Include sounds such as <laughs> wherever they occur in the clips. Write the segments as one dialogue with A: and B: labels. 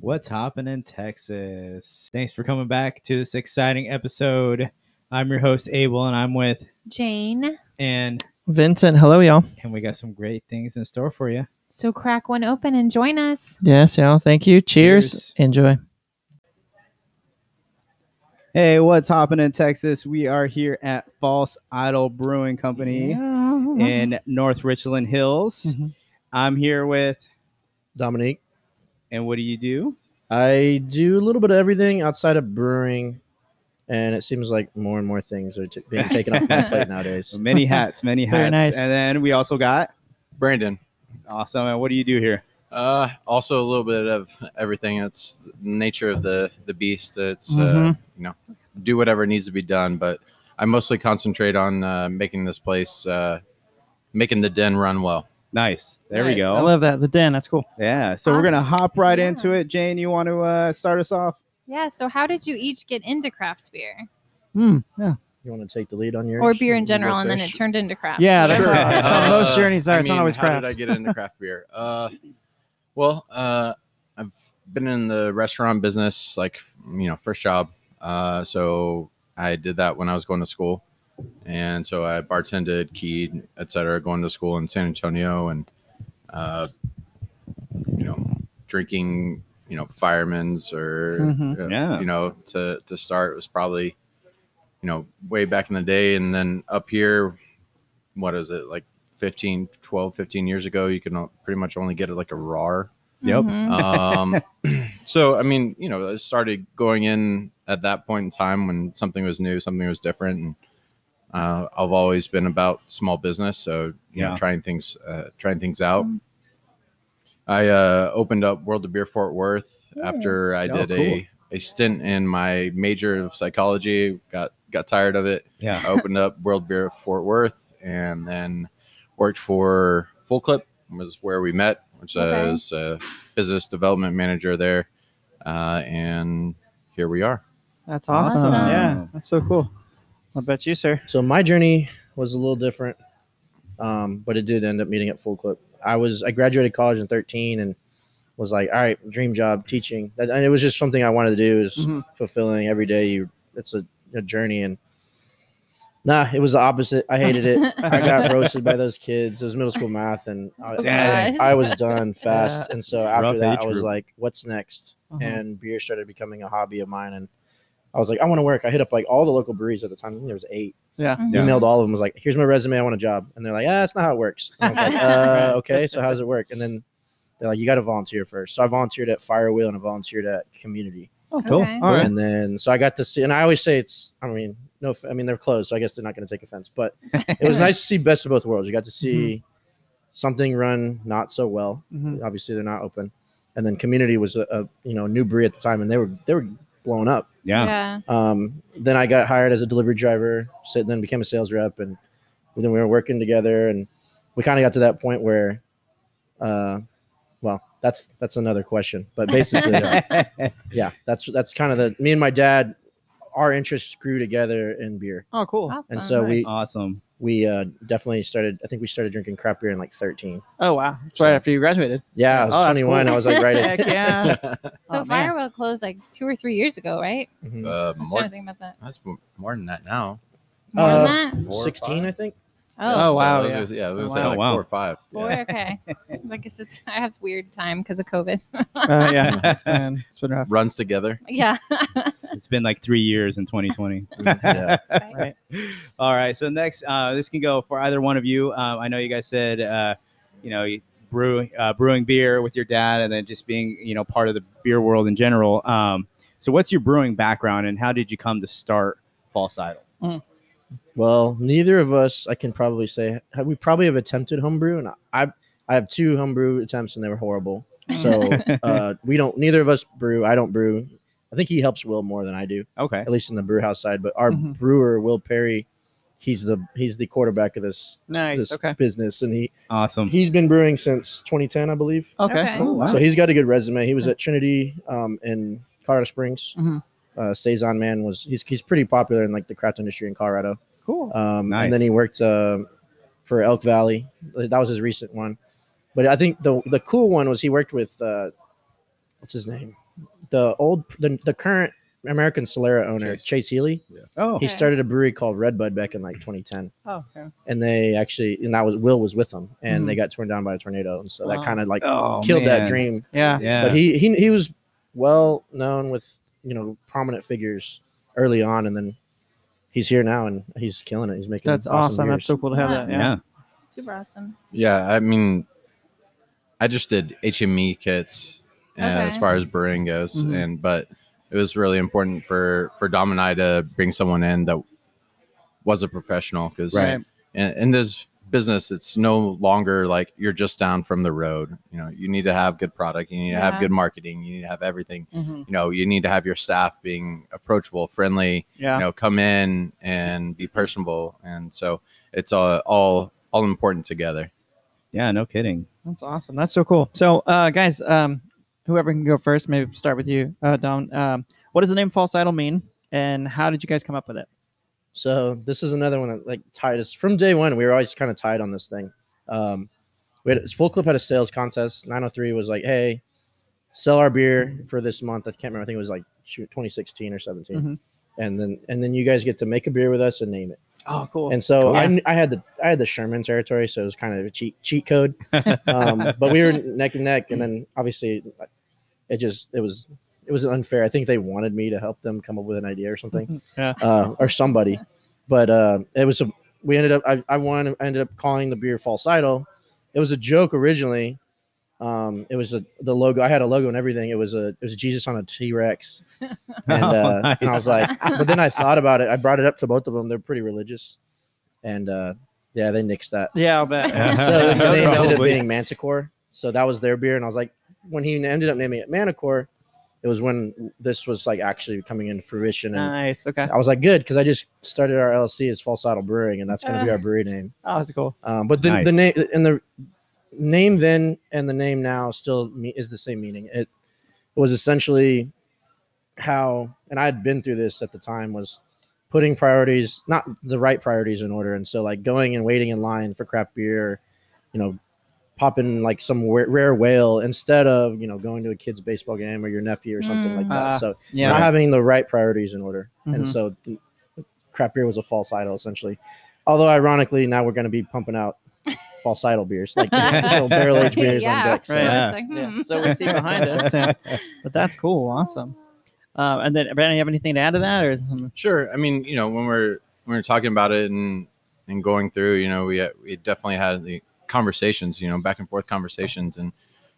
A: What's Hoppin' in Texas? Thanks for coming back to this exciting episode. I'm your host, Abel, and I'm with
B: Jane.
A: and
C: Vincent, hello, y'all.
A: and we got some great things in store for you.
B: So crack one open and join us.
C: Yes, y'all. Thank you. Cheers.
A: Cheers.
C: Enjoy.
A: Hey, what's hoppin' in Texas? We are here at False Idol Brewing Company in North Richland Hills.
C: Mhm.
A: I'm here with,
D: Dominique.
A: and what do you do?
D: I do a little bit of everything outside of brewing, and it seems like more and more things are t- being taken off my plate nowadays.
A: Many
C: <laughs>
A: hats, many
C: Very
A: hats.
C: nice.
A: And then we also got
E: Brandon.
A: awesome. And what do you do here?
E: Uh, also a little bit of everything. It's the nature of the the beast. It's uh,
C: Mhm.
E: you know, do whatever needs to be done. But I mostly concentrate on uh, making this place, uh, making the den run well.
A: Nice. There we
C: Nice.
A: go.
C: I love that. The den. That's cool.
A: Yeah. So we're going to
B: Awesome.
A: hop right
B: Yeah.
A: into it. Jane, you want to uh, start us off?
B: Yeah. So how did you each get into craft beer
C: Mm, yeah.
D: You want to take the lead on yours?
B: or beer
D: You
B: in
D: can go
B: general, and then it
D: first.
B: turned into craft?
C: Yeah,
B: beer?
C: that's
A: Sure.
C: how,
E: <laughs>
C: that's how
A: Uh,
C: most journeys are.
E: I
C: it's not
E: mean,
C: always
E: How
C: craft.
E: did I get into craft beer?
C: <laughs>
E: Uh, well, uh, I've been in the restaurant business, like you know, first job. Uh, so I did that when I was going to school, and so I bartended, keyed, etc. Going to school in San Antonio, and uh, you know, drinking, you know, firemen's or
C: Mhm.
E: uh,
A: Yeah.
E: you know, to to start was probably, you know, way back in the day, and then up here, what is it like? 15 12 15 years ago you can o- pretty much only get it like a rar
A: Yep.
B: Mhm.
A: Mm-hmm.
E: um, <clears throat> so i mean you know i started going in at that point in time when something was new something was different and uh, i've always been about small business so you
A: Yeah.
E: know trying things uh, trying things out i uh, opened up world of beer fort worth after i
A: Oh,
E: did a, a stint in my major of psychology got got tired of it
A: Yeah.
E: I opened up World Beer at Fort Worth and then worked for Full Clip was where we met, which
B: Okay.
E: is a business development manager there. Uh, and here we are.
C: That's awesome.
B: Awesome.
C: Yeah. That's so cool. What about you, <laughs> sir?
D: So my journey was a little different, um, but it did end up meeting at Full Clip. I was I graduated college in 13 and was like, all right, dream job teaching, That- and it was just something I wanted to do. Is
C: Mhm.
D: fulfilling every day. You, it's a, a journey, and nah, it was the opposite. I hated it. I got roasted by those kids. It was middle school math, and I,
B: Dang.
D: I, I was done fast. And so after
A: Rough
D: that,
A: age
D: I was
A: group.
D: like, "What's next?"
C: Uh-huh.
D: And beer started becoming a hobby of mine. And I was like, "I want to work." I hit up like all the local breweries at the time. I think there was eight.
C: Yeah.
B: Mhm.
A: Yeah.
D: Emailed all of them. Was like, "Here's my resume. I want a job." And they're like, "Ah, that's not how it works." And I was
C: Right.
D: like, uh, "Okay, so how does it work?" And then they're like, "You got to volunteer first. So I volunteered at Firewheel and I volunteered at Community.
C: Oh,
B: cool. Okay.
C: All right.
D: And then so I got to see, and I always say it's, I mean, no, off- I mean, they're closed, so I guess they're not going to take offense, but it was nice to see best of both worlds. You got to see something run not so well.
C: Mhm.
D: Obviously, they're not open. And then community was a, a you know new breed at the time, and they were they were blown up.
A: Yeah.
B: Yeah.
D: Um, then I got hired as a delivery driver, so then became a sales rep, and then we were working together, and we kind of got to that point where, uh, well, that's that's another question, but
A: <laughs>
D: basically, uh, yeah, that's that's kind of the me and my dad, our interests grew together in beer,
C: Oh, cool.
B: Awesome.
D: and so we
A: awesome.
D: we uh, definitely started. I think we started drinking crap beer in like thirteen.
C: Oh, wow. That's right after you <laughs> graduated.
D: Yeah, I was
C: Oh, that's
D: 21.
C: cool.
D: I was like
C: <laughs>
D: right at.
C: Heck yeah.
B: So
C: Oh, man.
B: Firewheel closed like two or three years ago, right?
C: Hmm.
D: mhm.
E: Uh,
B: I was
E: more,
B: trying to think about that.
E: that's m- more than that now.
B: More
D: Uh,
B: than that?
E: Four or
D: 16, I
E: five?
D: think.
B: Oh,
C: Oh, wow,
E: I was
C: yeah.
E: gonna- yeah, I was gonna
C: Oh,
E: say
A: wow.
E: like
A: Wow.
E: four or five.
B: four.
E: Yeah.
B: Okay. I guess it's, I have weird time because of COVID. <laughs>
C: Uh, yeah. It's been, it's been rough. <laughs>
E: Runs together.
B: yeah.
A: <laughs> It's- it's been like three years in 2020.
D: <laughs> Yeah.
B: Right.
A: All right. So next, uh, this can go for either one of you. Um, I know you guys said, uh, you know, you brew, uh, brewing beer with your dad and then just being, you know, part of the beer world in general. Um, so what's your brewing background and how did you come to start False Idol?
D: Well, neither of us, I can probably say, have, we probably have attempted homebrew, and I, I have two homebrew attempts, and they were horrible.
C: <laughs>
D: So uh, we don't. Neither of us brew. I don't brew. I think he helps Will more than I do,
A: Okay.
D: at least in the brew house side. But our
C: Mhm.
D: brewer, Will Perry, he's the he's the quarterback of this
C: Nice.
D: this
C: Okay.
D: business, and he
A: Awesome.
D: he's been brewing since 2010, I believe.
C: Okay.
B: Okay.
C: Cool.
A: Wow.
D: So he's got a good resume. He was at Trinity um, in Colorado Springs.
C: Mhm.
D: Uh, Saison Man was he's he's pretty popular in like the craft industry in Colorado.
C: Cool.
D: Um,
A: Nice.
D: And then he worked uh, for Elk Valley. That was his recent one. But I think the the cool one was he worked with uh, what's his name? the old the, the current American Solera owner
E: Chase.
D: Chase, Healy.
A: Oh,
D: He
B: Okay.
D: started a brewery called Redbud back in like 2010,
A: oh, okay.
D: and they actually and that was Will was with them, and
C: Mhm.
D: they got torn down by a tornado, and so
A: Wow.
D: that kind of like
A: oh
D: killed
A: man.
D: that dream.
C: Yeah.
A: Yeah,
D: But he, he he was well known with you know prominent figures early on, and then he's here now and he's killing it. He's making
C: That's awesome.
D: beers.
C: That's so cool to have that. Yeah.
A: yeah.
B: Super awesome.
E: Yeah, I mean, I just did HME kits uh, as
B: Okay. Mm-hmm.
E: far as brewing goes,
C: Mhm.
E: and but it was really important for for Dom and I to bring someone in that was a professional because
C: Right.
E: in, in this business, it's no longer like you're just down from the road. You know, you need to have good product, you need to
B: Yeah.
E: have good marketing, you need to have everything.
C: Mm-hmm.
E: You know, you need to have your staff being approachable, friendly,
C: Yeah.
E: you know come in and be personable and so it's all all all important together
A: Yeah, no kidding. <laughs>
C: That's awesome. That's so cool. So, uh, guys, um, whoever can go first, maybe start with you, uh, Don. Um, what does the name false idol mean, and how did you guys come up with it?
D: So this is another one that like tied us from day one. We were always kind of tied on this thing. Um, we had Full Clip had a sales contest. 903 was like, hey, sell our beer for this month. I can't remember. I think it was like shoot 2016 or 17.
C: Mhm.
D: And then and then you guys get to make a beer with us and name it.
C: Oh, cool.
D: And so
C: Yeah.
D: I, kn- I had the I had the Sherman territory, so it was kind of a cheat cheat code. Um, but we were neck and neck, and then obviously it just it was it was unfair. I think they wanted me to help them come up with an idea or something,
C: Yeah.
D: uh, or somebody. But uh, it was a, we ended up I, I won. I ended up calling the beer false idol. It was a joke originally. Um, it was a, the logo. I had a logo and everything. It was a it was Jesus on a T Rex, and,
A: <laughs> Oh,
D: uh, and I
A: nice.
D: was like, but then I thought about it. I brought it up to both of them. They're pretty religious, and uh, yeah, they
A: <laughs>
D: nixed that.
C: yeah, I'll bet. <laughs>
D: <laughs>
A: Yeah.
D: So the
A: Yeah,
D: name ended up
A: probably.
D: being Manticore. So that was their beer, and I was like, when he ended up naming it Manticore, it was when this was like actually coming into fruition, and
C: nice. Okay.
D: I was like, good, because I just started our LLC as False Idol Brewing, and that's going to be
B: Uh.
D: our brewery name.
C: Oh, that's cool.
D: Um, but the, the name
A: Nice.
D: and the name then and the name now still me- is the same meaning. It was essentially how, and I had been through this at the time, was putting priorities, not the right priorities in order. And so, like, going and waiting in line for crap beer, you know, popping like some rare, rare whale instead of, you know, going to a kid's baseball game or your nephew or something like that.
C: Mm.
D: so,
C: Yeah.
D: not having the right priorities in order.
C: Mhm.
D: And so th- crap beer was a false idol essentially. Although ironically now we're going to be pumping out false idol beers, like barrel aged
B: <laughs>
D: beers
B: yeah.
D: on deck. So.
C: Right.
B: I
A: Yeah.
B: was like,
C: Yeah,
B: hmm.
C: so we see behind us. But that's cool. Awesome. Um, and then, Brandon, you have anything to add to that, or is something?
E: sure i mean you know when we're when we're talking about it and and going through you know we we definitely had the conversations you know back and forth conversations and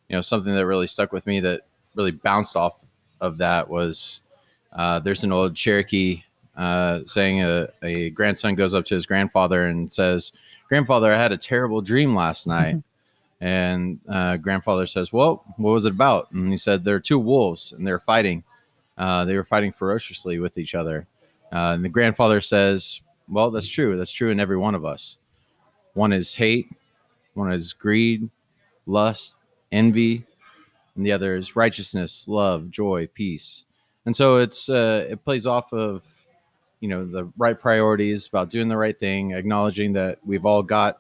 E: you know something that really stuck with me that really bounced off of that was uh, there's an old Cherokee uh, saying a, a grandson goes up to his grandfather and says, Grandfather, I had a terrible dream last night. and uh, grandfather says, Well, what was it about? And he said, There are two wolves and they're fighting. Uh, they were fighting ferociously with each other. Uh, and the grandfather says, Well, that's true. That's true in every one of us. One is hate, one is greed, lust, envy, and the other is righteousness, love, joy, peace. And so it's uh, it plays off of you know the right priorities about doing the right thing, acknowledging that we've all got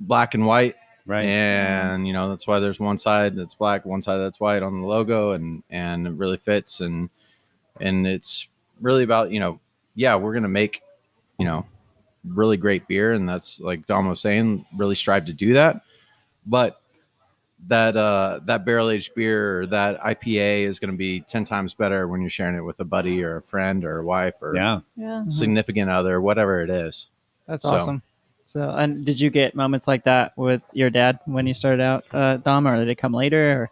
E: black and white,
A: right.
E: and you know that's why there's one side that's black, one side that's white on the logo, and and it really fits, and and it's really about you know yeah we're gonna make you know really great beer, and that's like Dom was saying, really strive to do that, but that uh that barrel aged beer or that IPA is going to be 10 times better when you're sharing it with a buddy or a friend or a wife or
A: Yeah.
C: Mm-hmm.
B: yeah.
E: significant other whatever it is
C: That's
E: So-
C: awesome. So, and did you get moments like that with your dad when you started out, uh, Dom, or did it come later? Or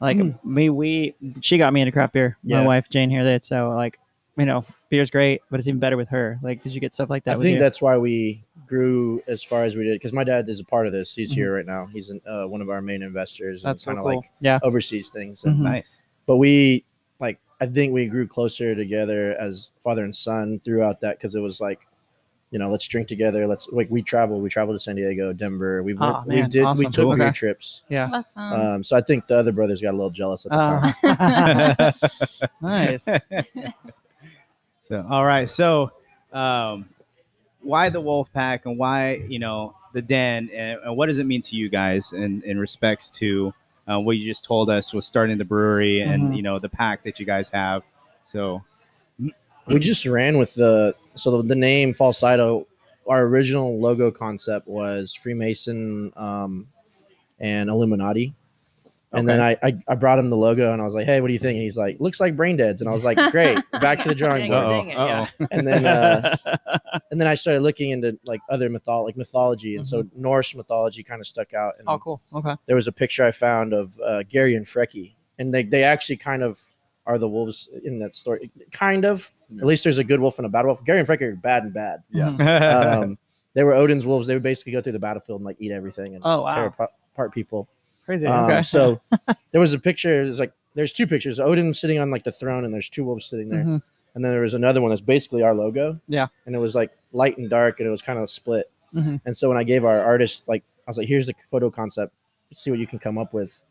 C: like me, we she got me into craft beer. My
D: Yeah.
C: wife Jane here did. So, like you know, beer's great, but it's even better with her. Like, did you get stuff like that?
D: I
C: with
D: think
C: you?
D: that's why we grew as far as we did because my dad is a part of this. He's
C: Mhm.
D: here right now. He's an, uh, one of our main investors.
C: that's so
D: kind of
C: cool.
D: like
C: yeah,
D: oversees things. And,
C: Mhm.
A: Hmm. Nice. <laughs>
D: But we like I think we grew closer together as father and son throughout that because it was like. You know, let's drink together. Let's like we travel. We traveled to San Diego, Denver. We've
C: Aw,
D: we
C: man,
D: did we
C: awesome.
D: took
C: Okay.
D: beer trips.
C: yeah.
B: Awesome.
D: Um, so I think the other brothers got a little jealous at the time.
C: Uh, <laughs>
D: <laughs>
C: nice.
A: So, all right. So, um, why the wolf pack and why, you know, the den and, and what does it mean to you guys in, in respects to uh, what you just told us was starting the brewery and
C: Mhm.
A: you know the pack that you guys have. So
D: we just ran with the so the, the name falsetto our original logo concept was freemason um, and illuminati and then I, I i brought him the logo and i was like hey what do you think and he's like looks like brain deads and i was like great back to the
B: Dang
C: <laughs>
D: drawing board
B: it, dang it, yeah.
D: and then uh, and then i started looking into like other mythol like mythology and so norse mythology kind of stuck out and
C: Mm-hmm. oh, cool. Okay.
D: there was a picture I found of uh, Gary and Frecky, and they, they actually kind of are the wolves in that story. Kind of.
E: Yeah.
D: At least there's a good wolf and a bad wolf. Gary and Frecky are bad and bad.
A: <laughs>
E: Yeah.
C: Mhm.
E: <laughs>
D: Um, they were Odin's wolves. They would basically go through the battlefield and like eat everything and
C: Oh, wow.
D: tear apart apart people.
C: Crazy.
D: Um,
C: okay. <laughs>
D: So there was a picture. There's like there's two pictures. Odin sitting on like the throne, and there's two wolves sitting there.
C: Mhm.
D: And then there was another one that's basically our logo.
C: Yeah.
D: And it was like light and dark, and it was kind of split.
C: Mhm.
D: And so when I gave our artist, like, I was like, here's the photo concept. Let's see what you can come up with.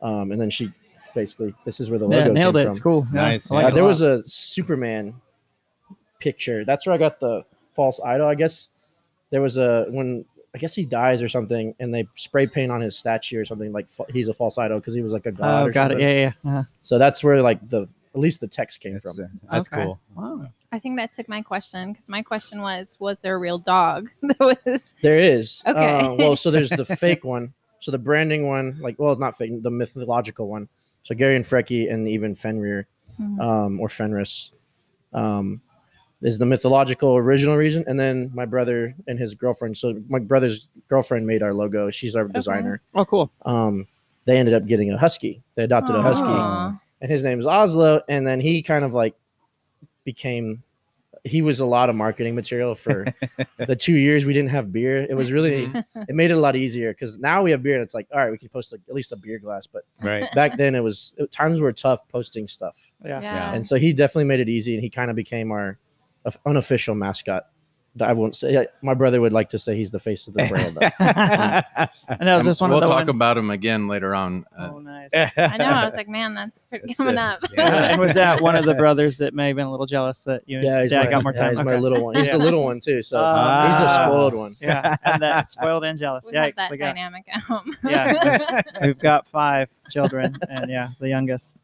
D: Um, and then she basically, this is where the logo
C: yeah, nailed
D: came
C: it.
D: from.
C: It's cool. Yeah,
A: Nice,
C: I like
D: Uh,
A: yeah.
C: it
D: there
C: lot.
D: was a Superman picture. That's where I got the false idol. I guess there was a when I guess he dies or something, and they spray paint on his statue or something like fa- he's a false idol because he was like a god.
C: Oh,
D: or
C: got it.
D: something.
C: Yeah, yeah. yeah. Uh-huh.
D: So that's where like the at least the text came
A: that's,
D: from.
A: uh, that's
C: Okay.
A: cool.
C: <laughs> Wow.
B: I think that took my question because my question was, was there a real dog <laughs> that was?
D: There is.
B: Okay.
D: Uh, well, so there's the fake one. So the branding one, like, well, it's not fake, the mythological one. So Gary and Frecky and even Fenrir
B: Mhm.
D: um, or Fenris um, is the mythological original reason. And then my brother and his girlfriend. So my brother's girlfriend made our logo. She's our designer.
C: Oh, cool.
D: Um, they ended up getting a husky. They adopted a husky
B: Aw.
D: and his name is Oslo. And then he kind of like became he was a lot of marketing material for the two years we didn't have beer. It was really
A: Mm-hmm.
D: it made it a lot easier because now we have beer and it's like, all right, we can post like, at least a beer glass. But <laughs>
A: Right. <laughs>
D: back then it was it, times were tough posting stuff.
C: Yeah.
B: Yeah.
D: And so he definitely made it easy and he kind of became our of- unofficial mascot. I won't say my brother would like to say he's the face of the brand. though.
C: And that was just one
E: we'll
C: of the
E: talk
C: one-
E: about him again later on. Uh,
C: Oh, nice.
B: I
A: <laughs>
B: know. I was like, man, that's pretty
A: That's
B: coming
A: it.
B: <laughs> up.
A: Yeah.
C: and was that one of <laughs> the brothers that may have been a little jealous that you and
D: yeah, he's
C: dad
D: my,
C: got more
D: yeah,
C: time?
D: he's my
C: Okay.
D: little one. He's the
C: <laughs> Yeah.
D: little one too. So
C: Ah.
D: he's the spoiled one.
C: yeah, and <laughs> that spoiled and jealous.
B: We
C: Yeah,
B: have that dynamic at home. <laughs>
C: Yeah. we've got five children, and yeah, the youngest.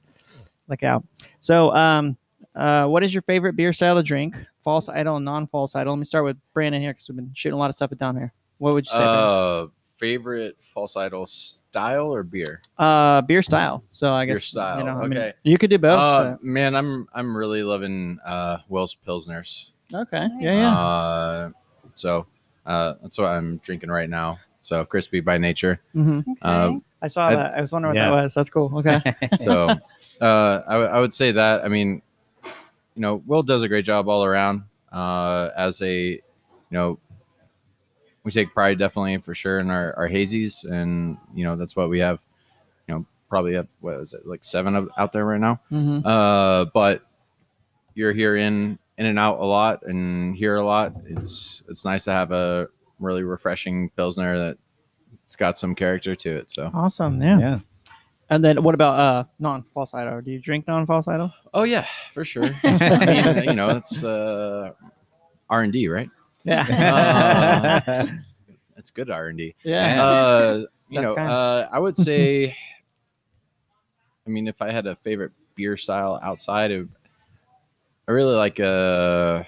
C: Look out. So, um, uh, what is your favorite beer style to drink? False idol and non-false idol. Let me start with Brandon here because we've been shooting a lot of stuff down here. What would you say? Brandon?
E: uh, favorite false idol style or beer?
C: uh, beer style. So I guess
E: Beer style,
C: You know, I mean,
E: okay.
C: you could do both.
E: Uh, man, I'm I'm really loving uh, Wells Pilsners.
C: but- okay. Yeah, yeah.
E: Uh, so uh, that's what I'm drinking right now. So crispy by nature.
C: hmm
E: Um,
C: I saw
E: I-
C: that. I was wondering what
A: yeah.
C: that was. That's cool. Okay.
E: So uh, I, w- I would say that. I mean, you know, Will does a great job all around. Uh, as a, you know, we take pride definitely for sure in our, our hazies, and you know that's what we have. You know, probably have what is it like seven of, out there right now.
C: hmm
E: Uh, but you're here in in and out a lot and here a lot. It's it's nice to have a really refreshing pilsner that it's got some character to it. So
C: Awesome. Yeah.
A: yeah.
C: And then what about uh non-false idol? Do you drink non-false idol?
E: Oh yeah,
C: <laughs>
E: for sure. I mean, you know, it's uh, R and D, right?
C: <laughs> Yeah.
E: Uh, It's good R and D.
C: yeah.
E: Uh,
C: <laughs>
E: you
C: That's
E: know,
C: kind.
E: uh, I
C: <laughs>
E: would say, I mean, if I had a favorite beer style outside of, I really like uh,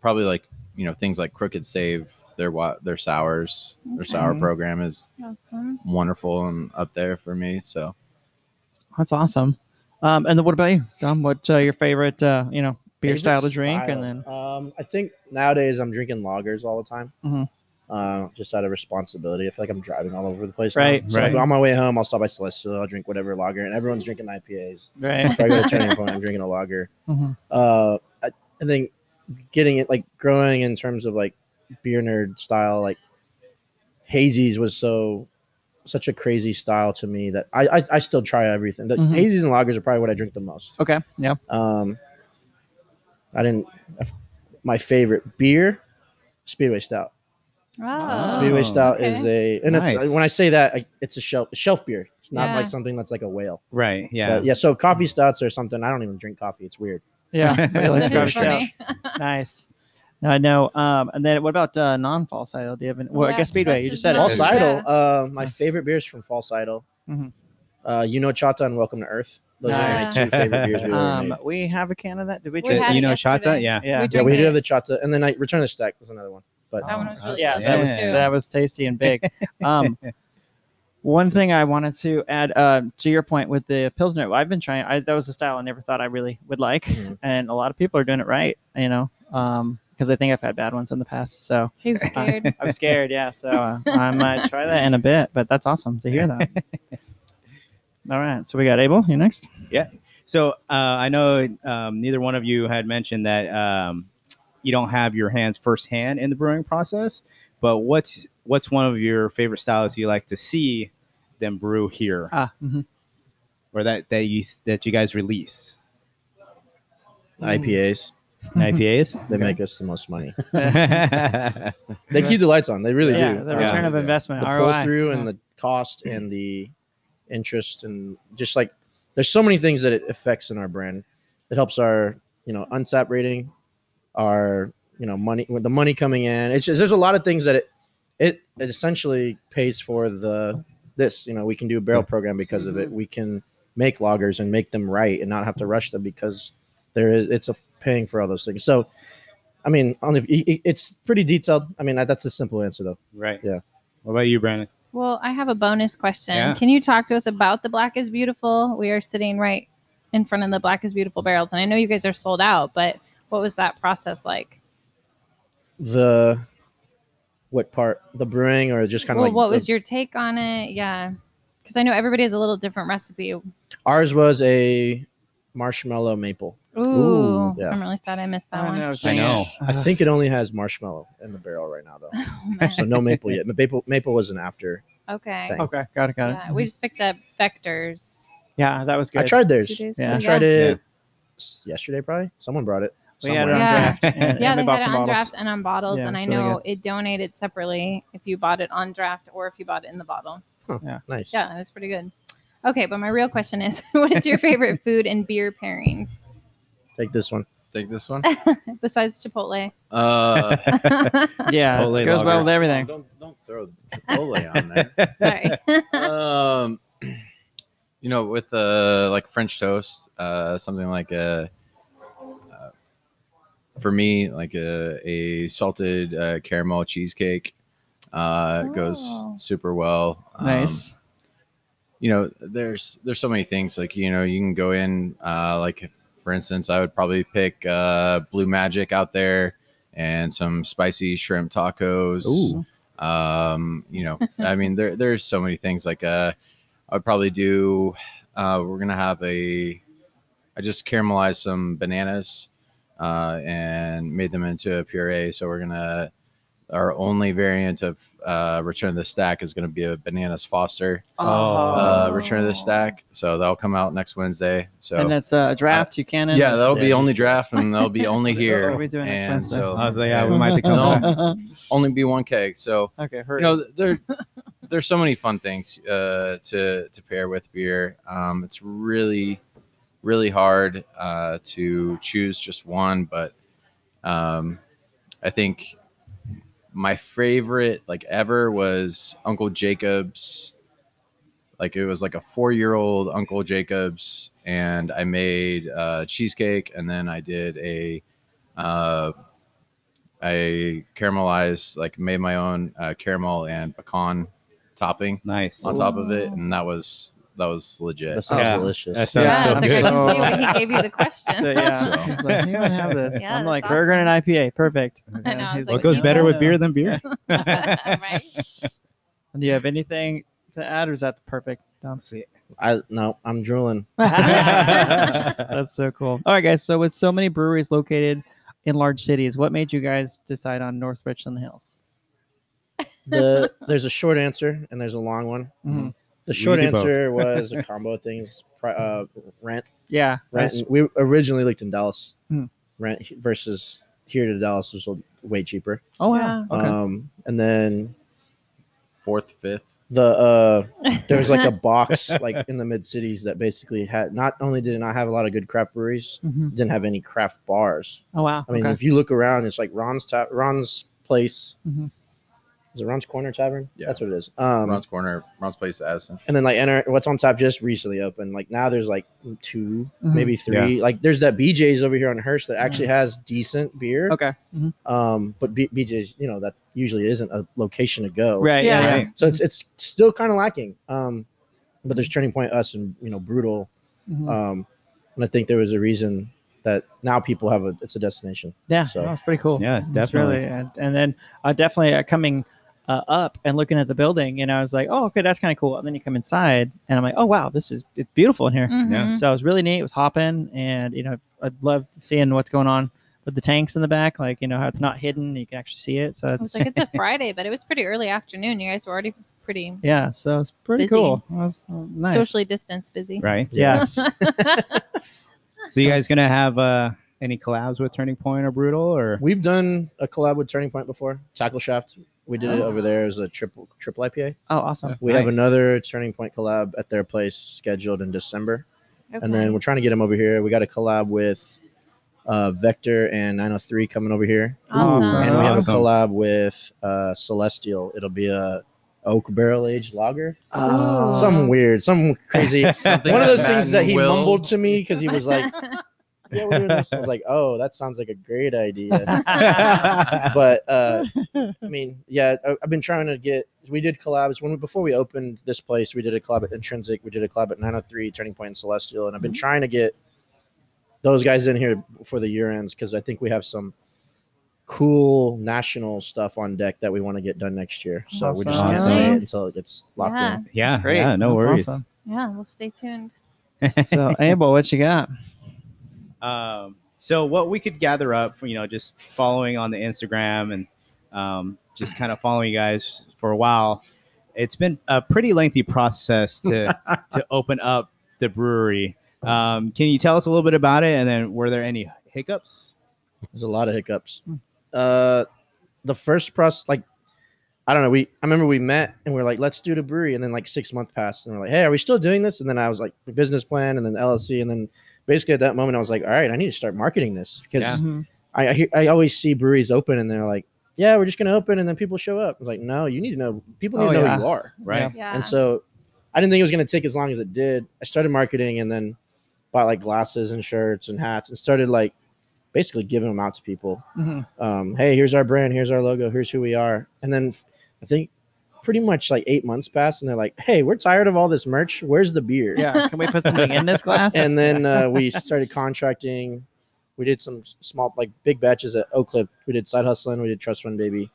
E: probably like you know things like Crooked Save. Their wa- their sours, their sour
C: Okay.
E: program is
B: Awesome.
E: wonderful and up there for me. So
C: That's awesome. Um, and then what about you, Dom? What's uh, your favorite, uh, you know, beer
D: Favorite
C: style to drink?
D: style?
C: And then
D: um, I think nowadays I'm drinking lagers all the time,
C: Mhm.
D: uh, just out of responsibility. I feel like I'm driving all over the place.
C: Right,
D: now. So
A: right.
D: Like, on my way home, I'll stop by Celestial. I'll drink whatever lager, and everyone's drinking IPAs.
C: <laughs> right,
D: If I go to Turning Point, I'm drinking a lager.
C: Mhm.
D: Uh, I, I think getting it like growing in terms of like beer nerd style, like hazies was so such a crazy style to me that I I, I still try everything. The
C: Mhm.
D: hazies and lagers are probably what I drink the most.
C: okay, yeah,
D: Um, I didn't. My favorite beer, Speedway Stout.
B: Wow.
D: Speedway Stout
B: Oh, okay.
D: is a, and
A: Nice.
D: it's when I say that, I- it's a shelf shelf beer. It's not
B: Yeah.
D: like something that's like a whale.
A: <laughs> Right. Yeah.
D: But yeah. So coffee stouts or something. I don't even drink coffee. It's weird.
C: <laughs> yeah.
A: That
B: That
A: Let's
B: is
A: go to
B: funny.
C: <laughs> Nice. I know. Um, and then what about uh, non-false idol? Do you have? Any, well, I
B: Yeah,
C: guess
B: so
C: Speedway.
B: that's
C: You
B: his
C: just said it.
D: False
B: Yeah.
D: Idol. Uh, my favorite beers from False Idol.
C: Mhm.
A: Mm-hmm.
D: Uh, you know Chata and Welcome to Earth. Those
C: Nice.
D: are my two
A: <laughs>
D: favorite beers we ever
C: Um,
D: made.
C: we have a can of that. Did we?
B: We
C: drink-
B: had it
A: you know, Shata,
B: yesterday.
A: yeah.
C: yeah.
D: Yeah,
B: drink
D: we do
B: it.
D: have the Chata, and then I Return of the Stack was another one. But
B: That one was really
C: yeah,
B: special
C: that was
B: too.
C: that was tasty and big.
D: <laughs>
C: Um, one thing I wanted to add uh, to your point with the pilsner, I've been trying. I, that was a style I never thought I really would like,
D: Mhm.
C: <laughs> and a lot of people are doing it right. You know, because I think I've had bad ones in the past, so
B: He was scared.
D: <laughs>
C: I'm scared. yeah, so uh, I might try that in a bit. But that's awesome to hear
D: <laughs>
C: that. All right, so we got Abel. You next?
A: So uh, I know um, neither one of you had mentioned that um, you don't have your hands firsthand in the brewing process, but what's what's one of your favorite styles you like to see them brew here,
C: Ah, mhm.
A: or that that you s- that you guys release
D: IPAs,
A: IPAs?
D: <laughs> they
A: <laughs>
D: make us the most money.
A: yeah,
D: They keep the lights on. They really
C: yeah,
D: do.
C: the
D: Uh,
C: return of
E: Yeah.
C: investment,
D: the
C: ROI.
D: pull through
C: Yeah.
D: and the cost and the interest and just like there's so many things that it affects in our brand. It helps our you know unsap rating, our you know money with the money coming in. It's just, there's a lot of things that it, it it essentially pays for the this you know we can do a barrel program because of
C: Mm-hmm.
D: it. We can make loggers and make them right and not have to rush them because there is it's a paying for all those things. So. I mean, I don't know if- it- it- it's pretty detailed. I mean, that's a simple answer though.
A: right.
D: Yeah.
A: What about you, Brandon?
B: Well, I have a bonus question.
A: Yeah.
B: Can you talk to us about the Black is Beautiful? We are sitting right in front of the Black is Beautiful barrels, and I know you guys are sold out, but what was that process like?
D: the what part the brewing or just kind of
B: well,
D: like
B: what
D: the-
B: was your take on it? Yeah, because I know everybody has a little different recipe. Ooh,
D: ours was a marshmallow maple
A: Ooh,
D: yeah.
B: I'm really sad Oh, I missed that
C: I
B: one.
C: know,
A: I
C: dang it.
A: know.
D: i think it only has marshmallow in the barrel right now
B: <laughs>
D: though
B: <laughs> Oh, man.
D: so no maple yet maple maple was an after
B: Okay.
D: Thank
C: Okay, got it, got it.
B: Yeah, we just picked up Vectors.
C: yeah, that was good.
D: i tried
B: two
D: theirs
B: days
C: Yeah.
D: i
B: ago.
D: tried it s- yesterday probably someone brought it
C: We had it
D: somewhere.
C: on
B: Yeah.
C: draft. And, <laughs>
B: Yeah,
C: and we
B: they had
C: bought
B: it
C: some
B: on
C: bottles.
B: draft and on bottles,
C: Yeah,
B: and I
C: it's really
B: know it donated separately if you bought it on draft or if you bought it in the bottle.
D: nice
B: Yeah, it was pretty good. Okay, but my real question is, <laughs> what is your
C: <laughs>
B: favorite food and beer pairing
D: take this one
C: Mm.
E: Take this
B: <laughs>
E: one.
B: besides
C: <laughs>
B: Chipotle? <laughs>
E: Uh,
C: Yeah,
A: Chipotle
C: it goes
A: lager.
C: well with everything.
E: Don't don't throw Chipotle on there.
B: Sorry.
E: um, <clears throat> you know, with uh, like French toast, uh, something like a, uh, for me, like a, a salted uh, caramel cheesecake uh, goes
B: Oh.
E: super well. Um,
C: Nice.
E: You know, there's there's so many things like you know you can go in uh, like for instance, I would probably pick uh, Blue Magic out there and some spicy shrimp tacos
D: Ooh.
E: um you know <laughs> i mean there there's so many things like uh i'd probably do uh we're gonna have a i just caramelized some bananas uh and made them into a puree so we're gonna our only variant of uh return of the stack is gonna be a bananas foster uh
B: Oh.
E: return of the stack so that'll come out next wednesday so
A: uh,
C: and that's a draft. you can.
E: yeah that'll be
D: Yeah.
E: only draft and they'll
C: <laughs>
E: be only here
C: What are we doing next
E: and
C: Wednesday?
E: so
A: I was like, yeah, we might have to come
B: <laughs>
E: No.
A: back.
E: only be one keg so
C: okay, hurry.
E: you know th- there there's so many fun things uh, to to pair with beer um, it's really really hard uh, to choose just one but um, i think my favorite like ever was uncle jacob's like it was like a four year old uncle jacob's and i made uh, cheesecake and then i did a uh, I caramelized, like made my own uh, caramel and pecan topping
A: Nice.
E: on
B: Ooh.
E: top of it, and that was that was legit.
D: that sounds
A: Yeah.
D: delicious
A: That sounds
B: yeah,
C: so
B: I was like, I
C: good. <laughs>
B: can see why he gave you the question.
C: so yeah,
E: So-
C: he's like, you don't have this.
B: Yeah,
C: I'm
B: that's
C: like burger and an IPA, perfect.
B: <laughs> I know, I
C: He's
B: was
A: What
B: like,
A: goes
B: no.
A: better with beer than
D: <laughs>
A: beer? <laughs>
B: <laughs> right?
C: Do you have anything to add, or is that the perfect?
A: <laughs>
C: Don't
D: <laughs>
C: see it.
D: i no i'm drooling
C: <laughs> That's so cool. All right, guys. So with so many breweries located in large cities, what made you guys decide on North Richland Hills?
B: <laughs>
D: the there's a short answer and there's a long one
A: Mm-hmm.
C: Mhm.
D: the short
A: We do both. <laughs>
D: answer was a combo of things pri- uh, rent
C: Yeah,
D: Rent. and- We originally looked in Dallas.
C: Hmm.
D: Rent versus here to Dallas was way cheaper.
C: Oh wow.
B: Yeah.
C: Okay.
D: Um, and then
E: Fourth, fifth.
D: the uh,
C: <laughs>
D: there was like a box like in the mid cities that basically had not only did it not have a lot of good craft breweries,
C: Mhm.
D: it didn't have any craft bars.
C: Oh wow.
D: I mean,
C: okay.
D: if you look around, it's like Ron's ta- Ron's place.
C: Mhm.
D: Is it Ron's Corner Tavern?
E: Yeah.
D: That's what it is. Um,
E: Ron's corner, Ron's place, Addison.
D: and then like enter what's on top just recently opened. Like now there's like 2
C: Mhm.
D: maybe three. Like there's that BJ's over here on Hearst that actually has decent beer.
C: Mm-hmm. Okay.
D: Um, but B- BJ's, you know, that usually isn't a location to go.
C: Right. Yeah.
B: Yeah.
C: yeah.
D: So it's it's still kind of lacking. Um, but there's Turning Point Us and you know Brutal.
C: Mhm.
A: Uh,
D: Um, and I think there was a reason that now people have a it's a destination.
C: Yeah,
D: So-
C: that's pretty cool.
A: Yeah,
C: That's
A: definitely.
C: Really, and, and then uh, definitely uh, coming uh, up and looking at the building, and I was like, oh, okay, that's kind of cool. And then you come inside, and I'm like, oh wow, this is it's beautiful in here.
B: Mhm.
C: So it was really neat. It was hopping, and you know, I loved seeing what's going on with the tanks in the back. Like you know how it's not hidden; you can actually see it. So
B: I was
C: it's,
B: like, it's a
D: <laughs>
B: Friday, but it was pretty early afternoon. You guys were already pretty
C: yeah, so it's pretty
B: Busy.
C: cool. It was uh, nice.
B: socially distanced busy.
A: Right.
B: <laughs>
C: yes.
A: So you guys gonna have uh, any collabs with Turning Point or Brutal or?
D: We've done a collab with Turning Point before. Tackle Shaft. We did it
C: Oh.
D: over there as a triple triple IPA.
C: oh, awesome.
D: We have
A: Nice.
D: another Turning Point collab at their place scheduled in December,
B: Okay.
D: and then we're trying to get them over here. We got a collab with uh, Vector and 903 coming over here,
B: awesome.
C: Awesome.
D: and we have a
A: Awesome.
D: collab with uh, Celestial. It'll be a oak barrel aged lager,
B: Oh.
D: something weird, some
A: <laughs>
D: crazy.
E: Something
D: One of those
E: that
D: things that
E: Madden
D: he
E: will-
D: mumbled to me because he was like, "Yeah, we're doing this." I was like, "Oh, that sounds like a great
C: <laughs>
D: idea." <laughs> but uh, I mean, yeah, I, I've been trying to get. We did collabs when we, before we opened this place. We did a collab at Intrinsic. We did a collab at 903 Turning Point and Celestial, and I've been trying to get those guys in here before the year ends because I think we have some cool national stuff on deck that we want to get done next year. So we just can't
A: Awesome.
D: say it
B: Nice.
D: until it gets locked
B: yeah.
D: in.
A: yeah,
C: <laughs> Great.
A: yeah, no
C: That's
A: worries.
C: awesome.
B: <laughs> Yeah. Well, stay tuned.
C: So, Abel, what you got?
A: <laughs> Um, so what we could gather up, you know, just following on the Instagram and um, just kind of following you guys for a while, it's been a pretty lengthy process to
C: <laughs>
A: to open up the brewery. Um, can you tell us a little bit about it? And then were there any hiccups?
D: There's a lot of hiccups.
C: Hmm.
D: Uh, the first process, like, I don't know. We I remember we met and we are like, let's do the brewery, and then like six months passed, and we're like, hey, are we still doing this? And then I was like, business plan, and then LLC, and then basically at that moment, I was like, all right, I need to start marketing this because
A: Yeah.
C: Mhm.
D: I I, hear, I always see breweries open and they're like, yeah, we're just gonna open, and then people show up. I was like, no, you need to know people need
C: Oh,
D: to know
C: yeah.
D: who you are.
A: Right.
B: Yeah. <laughs>
D: And so <laughs> I didn't think it was going to take as long as it did. I started marketing and then bought like glasses and shirts and hats and started like basically giving them out to people.
C: Mhm.
D: Um, hey, here's our brand, here's our logo, here's who we are. And then f- I think pretty much like eight months passed and they're like, hey, we're tired of all this merch. Where's the beer?
C: Yeah, can we put something in
D: <laughs>
C: this <laughs> glass?
D: And then uh, we started contracting. We did some s- small, like big batches at Oak Cliff. We did Side Hustling. We did Trust Fund Baby,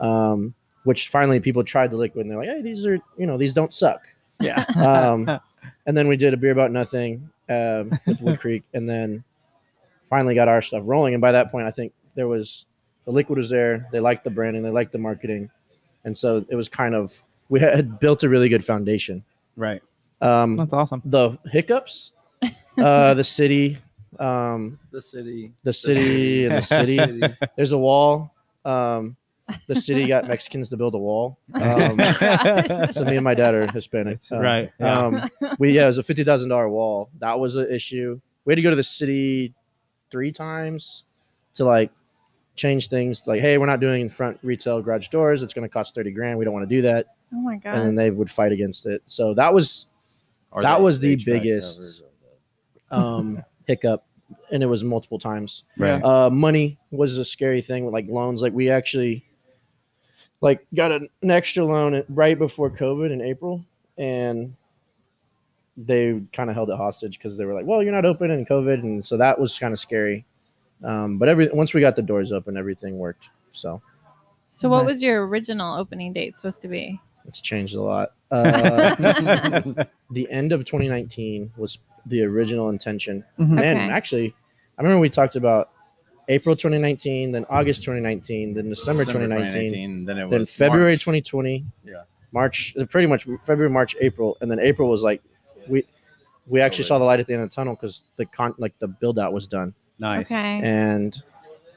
D: um, which finally people tried the liquid and they're like, hey, these are, you know, these don't suck
C: yeah,
D: <laughs> um, and then we did a beer about nothing um, with Wood Creek, and then finally got our stuff rolling. And by that point, I think there was the liquid was there. They liked the branding, they liked the marketing, and so it was kind of we had built a really good foundation.
A: Right.
D: Um,
C: that's awesome.
D: the hiccups, uh, the city, um,
E: The city.
D: the <laughs> city, and the city. There's a wall. Um, the city got Mexicans to build a wall. Um, so me and my dad are Hispanic.
A: It's- right, yeah.
D: Um, we yeah, it was a fifty thousand dollar wall. That was an issue. We had to go to the city three times to like change things. Like, hey, we're not doing front retail garage doors. It's going to cost thirty grand. We don't want to do that.
B: oh my gosh.
D: And then they would fight against it. So that was
E: Or
D: That was the
E: HVAC
D: biggest-
E: covers of the-
D: um, hiccup, and it was multiple times.
A: Right.
D: Uh, money was a scary thing with like loans. Like we actually like got an, an extra loan at- right before COVID in April, and they kind of held it hostage because they were like, "Well, you're not open in COVID," and so that was kind of scary. Um, but every once we got the doors open, everything worked. So
B: so, what was your original opening date supposed to be?
D: it's changed a lot.
A: <laughs>
D: Uh,
C: <laughs>
D: the end of 2019 was the original intention.
C: Mhm.
D: Man,
B: Okay.
D: actually, I remember we talked about April 2019, then August 2019, then December, 2019,
E: Then it was
D: then February
E: March.
D: 2020.
E: Yeah.
D: March, pretty much February, March, April, and then April was like we we actually saw the light at the end of the tunnel because the con like the build out was done,
A: Nice.
B: Okay.
D: and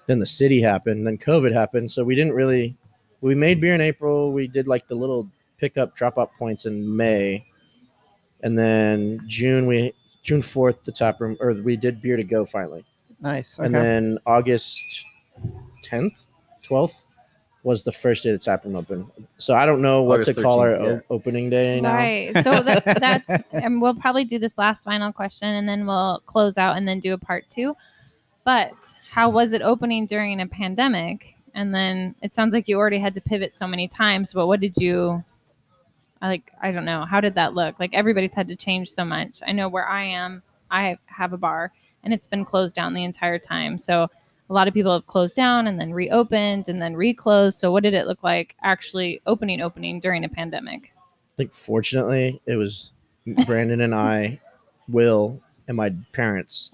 D: then the city happened, then COVID happened, so we didn't really we made beer in April. We did like the little pickup drop off points in May, and then June we June fourth the tap room or we did beer to go finally
C: nice.
D: and
C: okay.
D: then August 10th, 12th, was the first day the tap room opened. So I don't know what
E: August
D: to call our
E: 13th, yeah.
D: o- opening day now.
B: Right. So that, that's, and we'll probably do this last final question and then we'll close out and then do a part two. But how was it opening during a pandemic? And then it sounds like you already had to pivot so many times, but what did you, I like, I don't know, how did that look? Like everybody's had to change so much. I know where I am, I have a bar and it's been closed down the entire time. So a lot of people have closed down and then reopened and then reclosed. So what did it look like actually opening, opening during a pandemic?
D: I think fortunately it was Brandon and I, Will and my parents,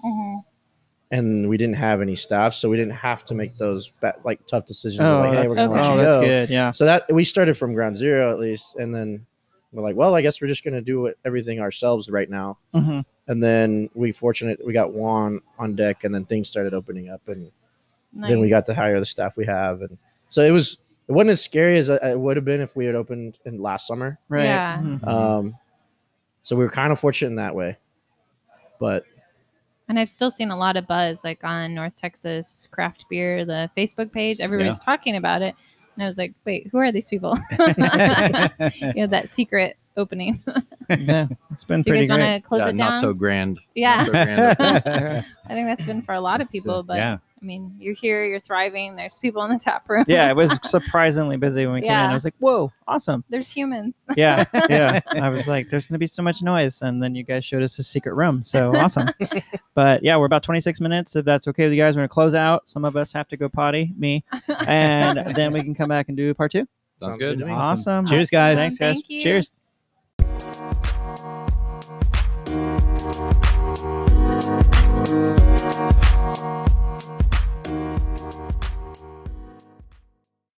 D: and we didn't have any staff, so we didn't have to make those ba- like tough decisions. of, like, hey, we're
C: that's,
D: gonna
B: okay.
D: let
C: oh,
D: you
C: that's
D: go.
C: good. Yeah.
D: So that we started from ground zero at least, and then we're like, well, I guess we're just gonna do it, everything ourselves right now.
C: Mhm.
D: And then we fortunate we got Juan on deck, and then things started opening up, and then we
B: Nice.
D: got to hire the staff we have, and so it was it wasn't as scary as it it would have been if we had opened in last summer.
C: Right.
B: Yeah.
D: <laughs>
C: Mhm.
E: Mm-hmm.
D: Um, so we were kind of fortunate in that way. But
B: And I've still seen a lot of buzz like on North Texas Craft Beer, the Facebook page. Everybody's talking about it. And I was like, wait, who are these people? <laughs> you know, that secret opening.
C: yeah. It's been
B: so you
C: pretty
B: guys want
C: great.
B: to close
E: yeah,
B: it down?
E: not so grand. Not
B: yeah. <laughs>
E: so
D: <laughs>
E: grand opening.
B: I think that's been for a lot of people, but
A: uh, yeah.
B: I mean, you're here, you're thriving. There's people in the tap room.
C: <laughs> yeah, it was surprisingly busy when we came in.
B: Yeah.
C: I was like, "Whoa, awesome!"
B: <laughs> There's humans.
C: <laughs> Yeah, yeah. I was like, "There's gonna be so much noise," and then you guys showed us a secret room, so awesome.
B: <laughs>
C: but yeah, we're about 26 minutes. If that's okay with you guys, we're gonna close out. Some of us have to go potty, me, and then we can come back and do part two.
E: Sounds
D: Sounds good
E: good.
D: to me.
C: Awesome.
A: Cheers, guys.
C: Thanks, guys.
B: Thank you.
C: Cheers.